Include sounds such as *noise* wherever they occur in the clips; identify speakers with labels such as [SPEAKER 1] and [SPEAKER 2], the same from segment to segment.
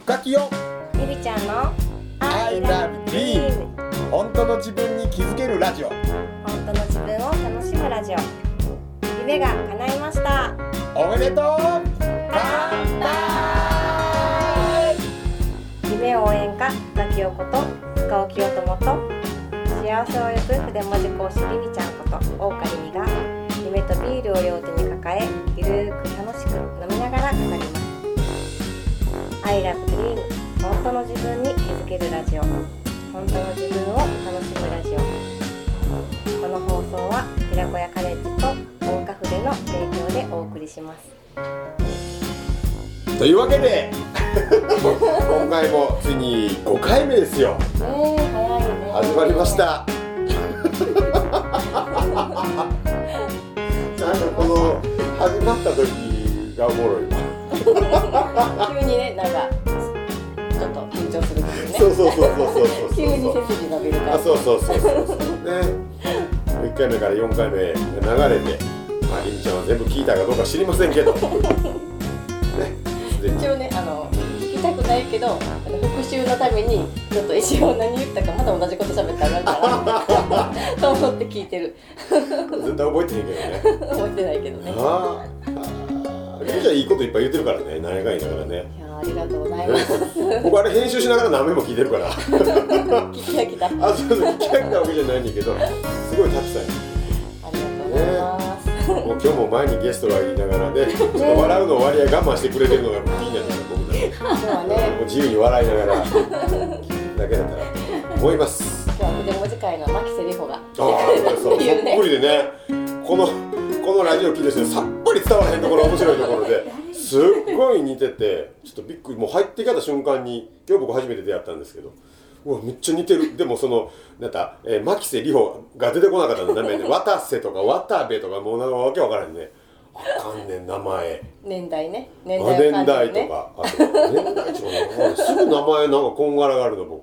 [SPEAKER 1] 深きよ
[SPEAKER 2] ゆりちゃんの
[SPEAKER 1] I love Dream 本当の自分に気づけるラジオ
[SPEAKER 2] 本当の自分を楽しむラジオ夢が叶いました
[SPEAKER 1] おめでとう乾杯
[SPEAKER 2] 夢応援歌深木陽子と深尾清友と幸せを呼ぶ筆文字講師りみちゃんこと大狩りみが夢とビールを両手に抱えゆるーく楽しく飲みながら語ります I love dream 本当の自分に気づけるラジオ本当の自分を楽しむラジオこの放送は寺子屋カレッジと大花筆の提供でお送りします
[SPEAKER 1] というわけで *laughs* 今回もついに5回目ですよ
[SPEAKER 2] えー、早いね
[SPEAKER 1] 始まりました。なんかこの始まった時がおもろいわ。
[SPEAKER 3] 急にねなんかちょっと緊張するっていうね
[SPEAKER 1] そうそうそうそうそうそう。
[SPEAKER 3] 急に背筋伸びるから
[SPEAKER 1] あ、そうそうそうそうそう。ね。1回目から4回目流れて、まあ、りんちゃんは全部聞いたかどうか知りませんけど。ね。すでに
[SPEAKER 3] 一応ねあの聞きたくないけどあの復習のためにちょっと一応何言ったかまだ同じこと喋ったらあかんからと思って聞いてる
[SPEAKER 1] 絶対覚えてへんけどね。
[SPEAKER 3] 覚えてないけどねい
[SPEAKER 1] ああ。りんちゃんいいこといっぱい言ってるからね。何回だからね。
[SPEAKER 3] やーありがとうございます
[SPEAKER 1] 僕あれ編集しながら何遍も聞いてるから。
[SPEAKER 3] 聞き飽きたありが
[SPEAKER 1] あ、そうそう、聞き飽きたわけじゃないんだけど、すごいたくさん。
[SPEAKER 3] とうございます、
[SPEAKER 1] もう今日も前にゲストがいながらね、ちょっと笑うの割合我慢してくれてるのがいいんじゃないの僕だ
[SPEAKER 3] 今日は
[SPEAKER 1] と
[SPEAKER 3] ね
[SPEAKER 1] もう自由に笑いながら、だけだったらと思います。
[SPEAKER 3] 今日は筆文字会の牧瀬里穂が
[SPEAKER 1] ああ、そう、そっ
[SPEAKER 3] っていうね
[SPEAKER 1] くりでね、この、このラジオ聞いてる人にさっぱり伝わらへんところ、面白いところで。すっごい似てて、ちょっとびっくり、もう入ってきた瞬間に、今日僕初めて出会ったんですけど。うわ、めっちゃ似てる、でも、その、なんだ、えー、牧瀬里穂が出てこなかったの、ダメね、渡瀬とか渡部とか、もう、なんかわけわからんね。あかんねん、名前。
[SPEAKER 3] 年代ね
[SPEAKER 1] あ
[SPEAKER 3] 年代
[SPEAKER 1] 年代と
[SPEAKER 3] ね
[SPEAKER 1] か、あと年代とかね、すぐ名前なんかこんがらがるの僕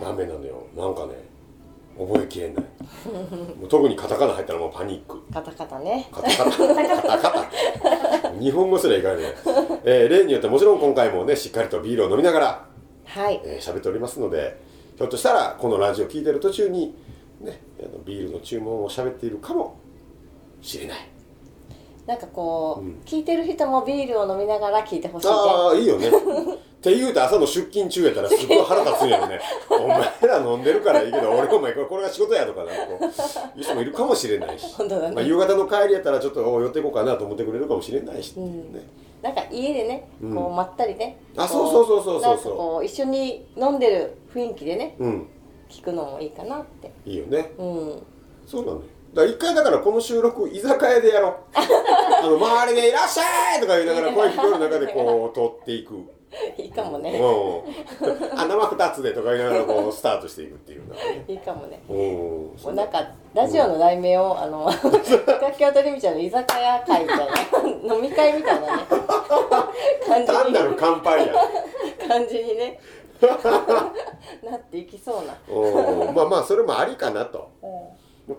[SPEAKER 1] ダメなのよなんかね覚えきれないもう特にカタカナ入ったらもうパニック
[SPEAKER 3] カタカタね
[SPEAKER 1] カタカナカタカナ日本語すらいかない、えー例によってもちろん今回もねしっかりとビールを飲みながら
[SPEAKER 3] はい
[SPEAKER 1] えー喋っておりますのでひょっとしたらこのラジオ聞いてる途中に、ね、あのビールの注文を喋っているかもしれない
[SPEAKER 3] なんかこう、
[SPEAKER 1] うん
[SPEAKER 3] 聞いてる人もビールを飲みながら聞いてほしいね
[SPEAKER 1] ああいいよねって言うて朝の出勤中やったらすっごい腹立つんやろ
[SPEAKER 3] *laughs*
[SPEAKER 1] ねお前ら飲んでるからいいけど俺お前これこれが仕事やとかなんかこういう人もいるかもしれないし、
[SPEAKER 3] 本当だね
[SPEAKER 1] まあ、夕方の帰りやったらちょっとお寄っていこうかなと思ってくれるかもしれないし、ね
[SPEAKER 3] うんなんか家でね、
[SPEAKER 1] うん
[SPEAKER 3] こうまったりね
[SPEAKER 1] あ
[SPEAKER 3] こ
[SPEAKER 1] そうそうそうそうそうそう
[SPEAKER 3] なんかこう一緒に飲んでる雰囲気でね
[SPEAKER 1] うん
[SPEAKER 3] 聞くのもいいかなって
[SPEAKER 1] いいよね
[SPEAKER 3] うん *laughs*
[SPEAKER 1] そうなのよだから一回だからこの収録居酒屋でや
[SPEAKER 3] *laughs*
[SPEAKER 1] ろうあの周りで「いらっしゃい!」とか言いながら声聞こえる中で
[SPEAKER 3] *laughs*
[SPEAKER 1] こう取っていく。
[SPEAKER 3] いいかもね、
[SPEAKER 1] うん、あ生2つでとか言いながらこうスタートしていくっていうのがね
[SPEAKER 3] いいかもね
[SPEAKER 1] うん
[SPEAKER 3] もうなんかラジオの題名を、
[SPEAKER 1] *laughs*
[SPEAKER 3] あの楽器をとりみちゃんの居酒屋会みたいな *laughs* 飲み会みたいなね感じ
[SPEAKER 1] *laughs* 単
[SPEAKER 3] に
[SPEAKER 1] なる乾杯
[SPEAKER 3] *laughs*
[SPEAKER 1] や。
[SPEAKER 3] 感じにね *laughs* なっていきそうな、
[SPEAKER 1] うんまあまあそれもありかなと。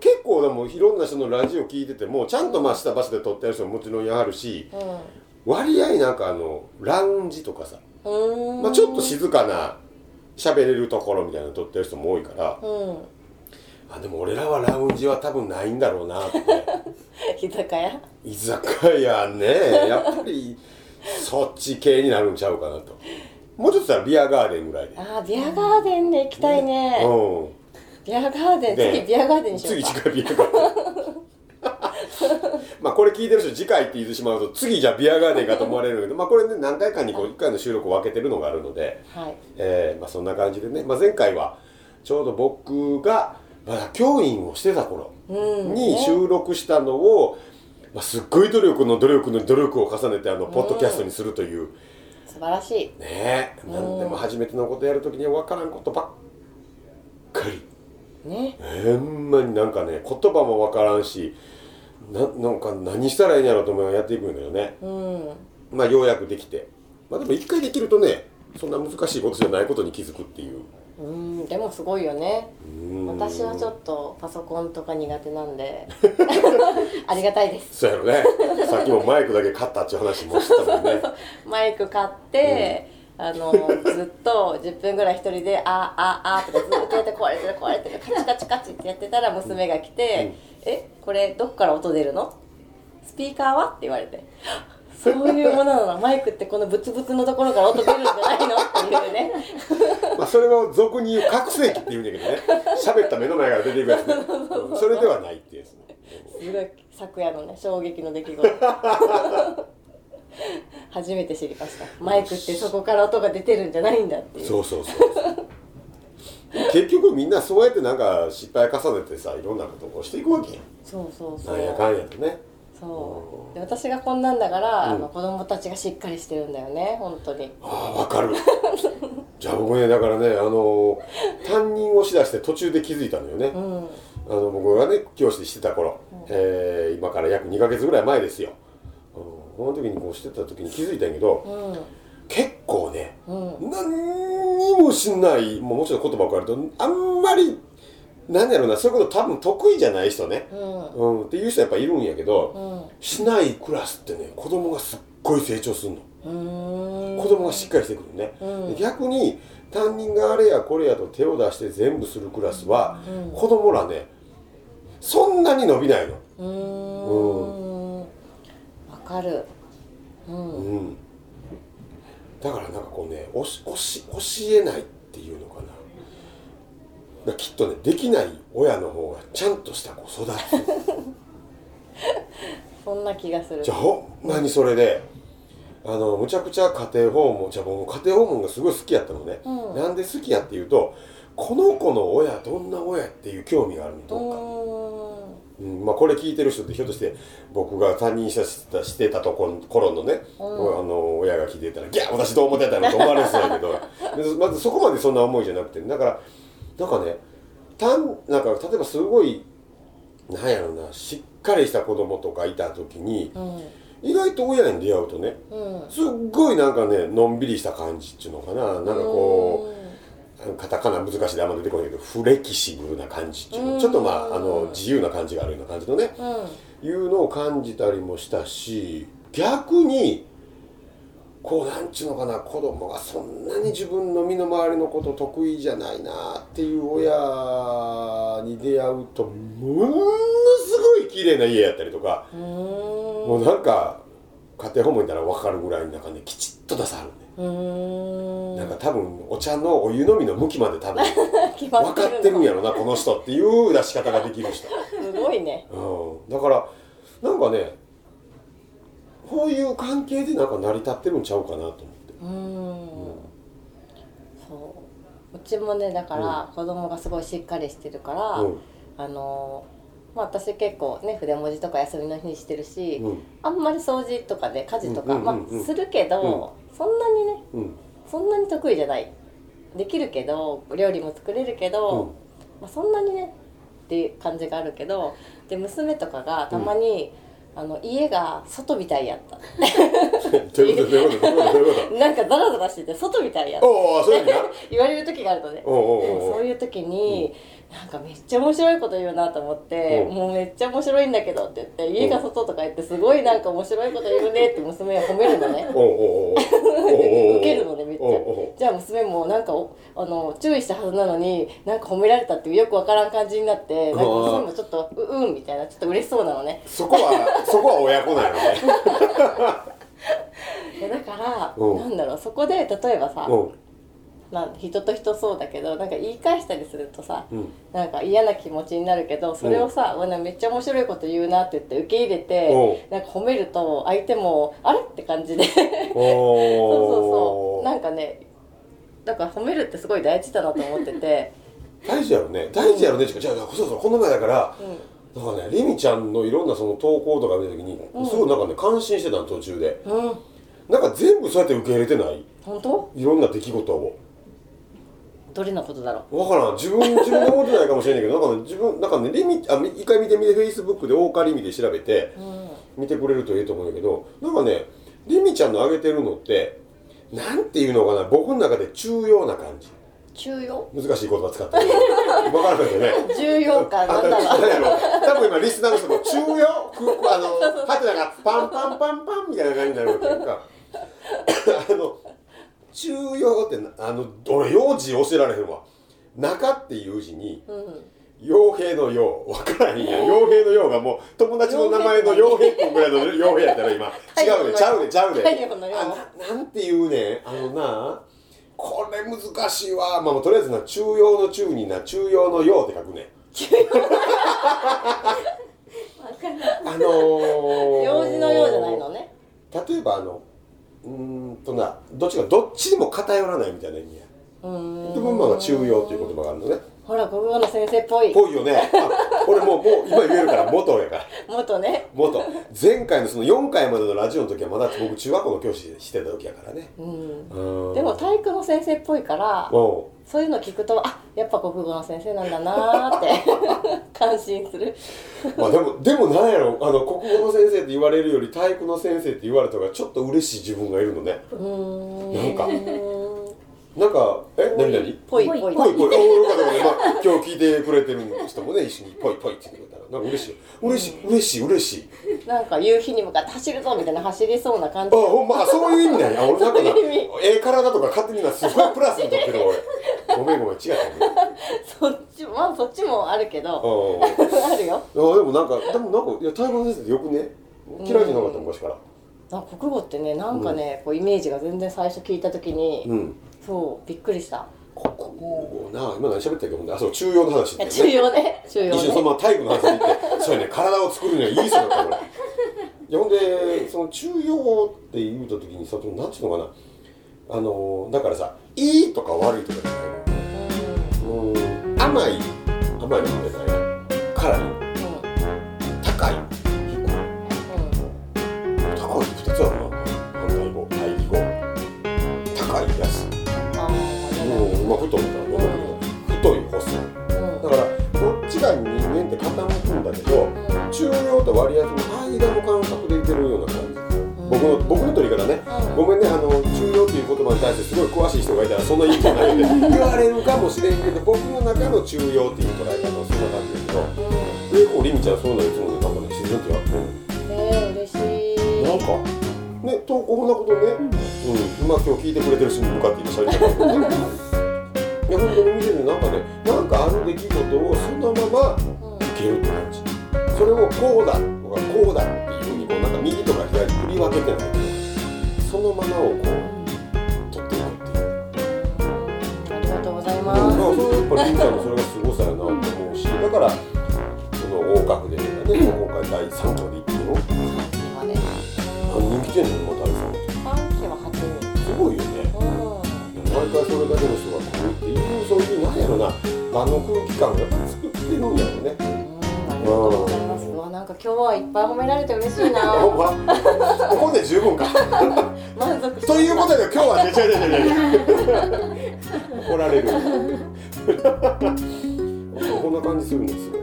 [SPEAKER 1] 結構でもいろんな人のラジオ聞いててもちゃんとまあした場所で撮ってある人ももちろんやはるし
[SPEAKER 3] う
[SPEAKER 1] 割合なんかあのラウンジとかさ、
[SPEAKER 3] んうーん
[SPEAKER 1] まあ、ちょっと静かな喋れるところみたいなの撮ってる人も多いから
[SPEAKER 3] うん
[SPEAKER 1] あでも俺らはラウンジは多分ないんだろう
[SPEAKER 3] *laughs*
[SPEAKER 1] なって
[SPEAKER 3] 居酒屋
[SPEAKER 1] 居酒屋ねやっぱりそっち系になるんちゃうかなともうちょっとしたらビアガーデンぐらいで。
[SPEAKER 3] あービアガーデンで行きたいね
[SPEAKER 1] うん
[SPEAKER 3] ビアガーデン、
[SPEAKER 1] で
[SPEAKER 3] 次ビアガーデンにしよう
[SPEAKER 1] 次
[SPEAKER 3] か。
[SPEAKER 1] 次回ビアガーデンまあこれ聞いてる人次回って言ってしまうと次じゃあビアガーデンかと思われるんだけどまあこれね何回かにこう1回の収録を分けてるのがあるので、
[SPEAKER 3] はい。
[SPEAKER 1] えーまあ、そんな感じでね、まあ、前回はちょうど僕がまだ教員をしてた頃
[SPEAKER 3] うん。
[SPEAKER 1] に
[SPEAKER 3] ね
[SPEAKER 1] 収録したのを、まあ、すっごい努力の努力の努力を重ねてあのポッドキャストにするという。
[SPEAKER 3] 素晴らしい。
[SPEAKER 1] ねえなんでも初めてのことやるときには分からんことばっかり。
[SPEAKER 3] ね。
[SPEAKER 1] ほんまになんかね言葉も分からんしななんか何したらいいんやろうと思いながらやっていくんだよね
[SPEAKER 3] うん。
[SPEAKER 1] まあようやくできてまあでも一回できるとねそんな難しいことじゃないことに気づくっていう
[SPEAKER 3] うん。でもすごいよね。
[SPEAKER 1] うん
[SPEAKER 3] 私はちょっとパソコンとか苦手なんで。 *laughs* ありがたいです。
[SPEAKER 1] そうや *laughs* ろねさっきもマイクだけ買ったっていう話もしてたもんね
[SPEAKER 3] マイク買って、あのずっと10分ぐらい一人で「あああ」とかずっとやって「これこれ」ってカチカチカチってやってたら娘が来て「えこれどっから音出るのスピーカーは?」って言われて *laughs* 「そういうものなのマイクってこのブツブツのところから音出るんじゃないの?」っていうね
[SPEAKER 1] まあ、それを俗に言う覚醒器って言うんだけどね喋った目の前から出ていくやつ *laughs* ねそれではないっていうやつね
[SPEAKER 3] すごい昨夜のね衝撃の出
[SPEAKER 1] *laughs*
[SPEAKER 3] 来事初めて知りましたマイクってそこから音が出てるんじゃないんだっていう
[SPEAKER 1] そうそうそうそう結局みんなそうやってなんか失敗重ねてさいろんなことをこうしていくわけや
[SPEAKER 3] そうそうそう
[SPEAKER 1] なんやかんやとね
[SPEAKER 3] そうで私がこんなんだから、
[SPEAKER 1] うん
[SPEAKER 3] あの子供たちがしっかりしてるんだよね本当に
[SPEAKER 1] ああわかる *laughs* じゃあ僕ねだからねあの担任をしだして途中で気づいたのよね、
[SPEAKER 3] うん
[SPEAKER 1] あの僕がね教師でしてた頃、えー今から約2ヶ月ぐらい前ですようんこの時にこうしてた時に気づいたんやけど
[SPEAKER 3] うん
[SPEAKER 1] 結構ね
[SPEAKER 3] うん
[SPEAKER 1] 何にもしないもうもちろん言葉を変えるとあんまり何やろうなそういうこと多分得意じゃない人ね、
[SPEAKER 3] うん
[SPEAKER 1] うん、っていう人やっぱいるんやけど、
[SPEAKER 3] うん
[SPEAKER 1] しないクラスってね子供がすっごい成長するの
[SPEAKER 3] うーん
[SPEAKER 1] 子供がしっかりしてくるね、
[SPEAKER 3] うん
[SPEAKER 1] 逆に担任があれやこれやと手を出して全部するクラスは、
[SPEAKER 3] うん
[SPEAKER 1] 子供らねそんなに伸びないの、
[SPEAKER 3] うーんわかるうん
[SPEAKER 1] うん、だからなんかこうねおしおし教えないっていうのかなだからきっとねできない親の方がちゃんとした子育つ
[SPEAKER 3] そんな気がする
[SPEAKER 1] じゃあほんまにそれであのむちゃくちゃ家庭訪問じゃあ僕家庭訪問がすごい好きやったのね、
[SPEAKER 3] うん
[SPEAKER 1] なんで好きやっていうとこの子の親どんな親っていう興味があるの
[SPEAKER 3] う
[SPEAKER 1] どっか
[SPEAKER 3] ーん
[SPEAKER 1] うんまあ、これ聞いてる人ってひょっとして僕が担任者したしてたとこ頃のね、
[SPEAKER 3] うん
[SPEAKER 1] あの親が聞いてたら「ギャー私どう思ってたの?」と思われる人だけど
[SPEAKER 3] *laughs*
[SPEAKER 1] でまずそこまでそんな思いじゃなくてだからなんかねたんなんか例えばすごいなんやろうなしっかりした子供とかいた時に
[SPEAKER 3] うん
[SPEAKER 1] 意外と親に出会うとね
[SPEAKER 3] うん
[SPEAKER 1] すっごいなんかねのんびりした感じっていうのかななんかこう。カタカナ難しいであんま出てこないけどフレキシブルな感じっていうの
[SPEAKER 3] うん
[SPEAKER 1] ちょっとまああの自由な感じがあるような感じのね
[SPEAKER 3] うん
[SPEAKER 1] いうのを感じたりもしたし逆にこうなんちゅうのかな子供がそんなに自分の身の回りのこと得意じゃないなっていう親に出会うとものすごい綺麗な家やったりとか
[SPEAKER 3] うーん
[SPEAKER 1] もうなんか家庭訪問行ったら分かるぐらいの中できちっと出さはるね。
[SPEAKER 3] うーん
[SPEAKER 1] なんか多分お茶のお湯飲みの向きまで多分
[SPEAKER 3] *laughs* 決ま
[SPEAKER 1] 分かってるん
[SPEAKER 3] や
[SPEAKER 1] やろなこの人っていう出し方ができる人、
[SPEAKER 3] すごいね
[SPEAKER 1] うん、だからなんかねこういう関係でなんか成り立ってるんちゃうかなと思って
[SPEAKER 3] うーんそううちもねだから子供がすごいしっかりしてるから、あのーまあ私結構ね筆文字とか休みの日にしてるし、
[SPEAKER 1] うんうん
[SPEAKER 3] あんまり掃除とかで家事とか、
[SPEAKER 1] うんうんうんうん
[SPEAKER 3] まあするけど、そんなにね
[SPEAKER 1] うん
[SPEAKER 3] そんなに得意じゃないできるけど料理も作れるけど、まあ、そんなにねっていう感じがあるけどで娘とかがたまに、あの家が外みたいやった
[SPEAKER 1] ということでということでということで
[SPEAKER 3] なんかザラザラしてて外みたいやった
[SPEAKER 1] おうおうそういう意味な
[SPEAKER 3] 言われる時があるのね
[SPEAKER 1] おうおうおう
[SPEAKER 3] そういう時に、なんかめっちゃ面白いこと言うなと思って、
[SPEAKER 1] うん
[SPEAKER 3] もうめっちゃ面白いんだけどって言って、家が外とか言って、すごいなんか面白いこと言うねって娘を褒めるのね。
[SPEAKER 1] おうおうおうおうおうおうおうおう
[SPEAKER 3] 受けるのね、めっちゃ
[SPEAKER 1] おうおう。
[SPEAKER 3] じゃあ娘もなんかおあの注意したはずなのに、なんか褒められたっていうよくわからん感じになって、なんか娘もちょっと、う、うんみたいな、ちょっと嬉しそうなのね。
[SPEAKER 1] そこはそこは親子なんよね
[SPEAKER 3] いやだから、
[SPEAKER 1] うん
[SPEAKER 3] なんだろう、そこで例えばさ、
[SPEAKER 1] うん
[SPEAKER 3] なん人と人そうだけど、なんか言い返したりするとさ、
[SPEAKER 1] うん
[SPEAKER 3] なんか嫌な気持ちになるけどそれをさ、うわめっちゃ面白いこと言うなって言って受け入れてなんか褒めると相手もあれって感じでそうそうそ
[SPEAKER 1] お
[SPEAKER 3] う
[SPEAKER 1] う
[SPEAKER 3] なんかねだから褒めるってすごい大事だなと思ってて、
[SPEAKER 1] 大事やろね大事やろねっていうかじゃあそうそうこの前だから
[SPEAKER 3] うん、
[SPEAKER 1] なんかね、レミちゃんのいろんなその投稿とか見た時に、
[SPEAKER 3] ん
[SPEAKER 1] すごいなんかね感心してたの途中で
[SPEAKER 3] うん、
[SPEAKER 1] なんか全部そうやって受け入れてない
[SPEAKER 3] 本当
[SPEAKER 1] いろんな出来事を
[SPEAKER 3] どれのことだろ
[SPEAKER 1] わからん自分自分で思ってないかもしれないけどなんか、ね、自分なんかねレミあみ一回見てみてフェイスブックで大狩り見て調べて
[SPEAKER 3] う、うん、
[SPEAKER 1] 見てくれるといいと思うんだけどなんかねレミちゃんの上げてるのってなんていうのかな僕の中で重要な感じ
[SPEAKER 3] 重要
[SPEAKER 1] 難しい言葉使って
[SPEAKER 3] *laughs*
[SPEAKER 1] るわからないよね
[SPEAKER 3] 重要 *laughs* 感なんだ
[SPEAKER 1] あ
[SPEAKER 3] わ
[SPEAKER 1] 誰やろ多分今リスナーの人も中央くあのハテナがパンパンパンパンみたいな感じになるわけやんかあの中用ってなあの俺用字教えられへんわ中っていう字に
[SPEAKER 3] うん
[SPEAKER 1] 傭兵の傭分からへんやん傭兵の傭がもう友達の名前の傭兵君ぐらいの傭兵やったら今違うねちゃうねちゃうね
[SPEAKER 3] 太陽のよう
[SPEAKER 1] あななんていうねあのなこれ難しいわまあまあとりあえずな中用の中にな中用の用って書くねあのー、
[SPEAKER 3] 用事のようじゃないのね
[SPEAKER 1] 例えばあのうーんとなどっちかどっちにも偏らないみたいな意味や
[SPEAKER 3] うーん
[SPEAKER 1] でもまあ中用という言葉があるのね
[SPEAKER 3] ほら国語の先生っぽい
[SPEAKER 1] ぽいよねあ俺もうもう今言えるから元やから
[SPEAKER 3] 元ね
[SPEAKER 1] 元前回のその4回までのラジオの時はまだ僕中学校の教師してた時やからね
[SPEAKER 3] うん
[SPEAKER 1] うん
[SPEAKER 3] でも体育の先生っぽいから
[SPEAKER 1] うん
[SPEAKER 3] そういうの聞くとあやっぱ国語の先生なんだなーって *laughs* 感心する
[SPEAKER 1] まあでも、でもなんやろ、あの、国語の先生って言われるより体育の先生って言われた方がちょっと嬉しい自分がいるのね。
[SPEAKER 3] うー
[SPEAKER 1] なん
[SPEAKER 3] ん
[SPEAKER 1] かなんか、え、なになに
[SPEAKER 3] ぽいぽいぽい
[SPEAKER 1] ぽいぽい。およかったよかった。まあ、今日聞いてくれてる人もね、一緒にぽいぽいって言ってくれたら、なんか嬉しい。嬉しい、嬉しい、嬉しい。
[SPEAKER 3] なんか夕日に向かって走るぞみたいな走りそうな感
[SPEAKER 1] あ、
[SPEAKER 3] じ
[SPEAKER 1] ほんま、あそういう意味なんや。あ俺なんかな、
[SPEAKER 3] そういう意味
[SPEAKER 1] ええ体とか勝手にな、すごいプラスにとってる俺。ごめんごめん、違ったごめん。
[SPEAKER 3] そっちまあそっちもあるけど
[SPEAKER 1] ああ。
[SPEAKER 3] *laughs* あるよ
[SPEAKER 1] あでもなんか、でもなんか、いや、体育の先生ってよくね、嫌いじゃなかった、昔から。
[SPEAKER 3] あ国語ってねなんかね、こうイメージが全然最初聞いた時に、
[SPEAKER 1] うん。
[SPEAKER 3] そうびっくりした
[SPEAKER 1] 国語な今何喋ったっけほんであそう中庸の話
[SPEAKER 3] い
[SPEAKER 1] だ
[SPEAKER 3] や
[SPEAKER 1] よ
[SPEAKER 3] 重
[SPEAKER 1] ね
[SPEAKER 3] 要ね重要
[SPEAKER 1] 一瞬その
[SPEAKER 3] ね
[SPEAKER 1] まま体育の話に行ってそうやね体を作るにはいい人だったこれほんでその中庸って言うた時にさ何ていうのかなあのだからさいいとか悪いとかじゃないのうーん甘い甘いのじゃないから
[SPEAKER 3] うんうん
[SPEAKER 1] 高い低い高いって2つあるな反対語対義語高い安い
[SPEAKER 3] あー
[SPEAKER 1] もうまあ太いとは思うけど太い細い
[SPEAKER 3] うん
[SPEAKER 1] だからこっちが人間って傾くんだけど中央と割合の間の感覚でいけるような感じ
[SPEAKER 3] うん
[SPEAKER 1] 僕の僕の取り方ね
[SPEAKER 3] うん
[SPEAKER 1] ごめんねあの中央という言葉に対してすごい詳しい人がいたらそんな意味じゃないんで言われるかもしれんけど僕の中の中央っていう捉え方はそんな感じだけどで
[SPEAKER 3] う
[SPEAKER 1] こうりみちゃんそういうのいつもねなんかね自然とやってる
[SPEAKER 3] んねえ嬉しい
[SPEAKER 1] なんかね投稿なことねうんまあ今日聞いてくれてる人に向かって今しゃべってる *laughs* からねいや本当に見ててなんかねなんかある出来事をそのまま
[SPEAKER 3] うん
[SPEAKER 1] いけるって感じそれをこうだとかこうだっていうふうにこうなんか右とか左振り分けてないけどそのままをこう取っていくっていう、
[SPEAKER 3] ありがとうござい
[SPEAKER 1] まあ、
[SPEAKER 3] ま
[SPEAKER 1] それやっぱりりんちゃんのそれがすごさやなと思うしだからその横隔でね今回第3回でいってるの
[SPEAKER 3] す。今ね。
[SPEAKER 1] 何人来てんの今第3
[SPEAKER 3] 三期は八人。
[SPEAKER 1] 回すごいよね
[SPEAKER 3] う
[SPEAKER 1] 毎回それだけの人が来るっていうそういうなんやろな場の空気感が作ってるんやろね
[SPEAKER 3] ん。ありがとうございます。うわなんか今日はいっぱい褒められて嬉しいな。
[SPEAKER 1] ほんまここで十分か
[SPEAKER 3] 満足した。
[SPEAKER 1] *laughs* ということで今日はねちゃちゃちゃちゃ怒ら *laughs* れるこんな感じするんですよ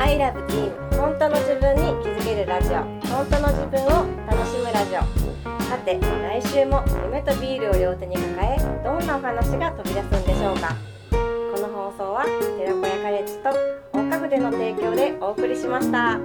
[SPEAKER 2] アイラブティーム本当の自分に気づけるラジオ本当の自分を楽しむラジオさて来週も夢とビールを両手に抱えどんなお話が飛び出すんでしょうかこの放送は寺子屋カレッジと本格での提供でお送りしました。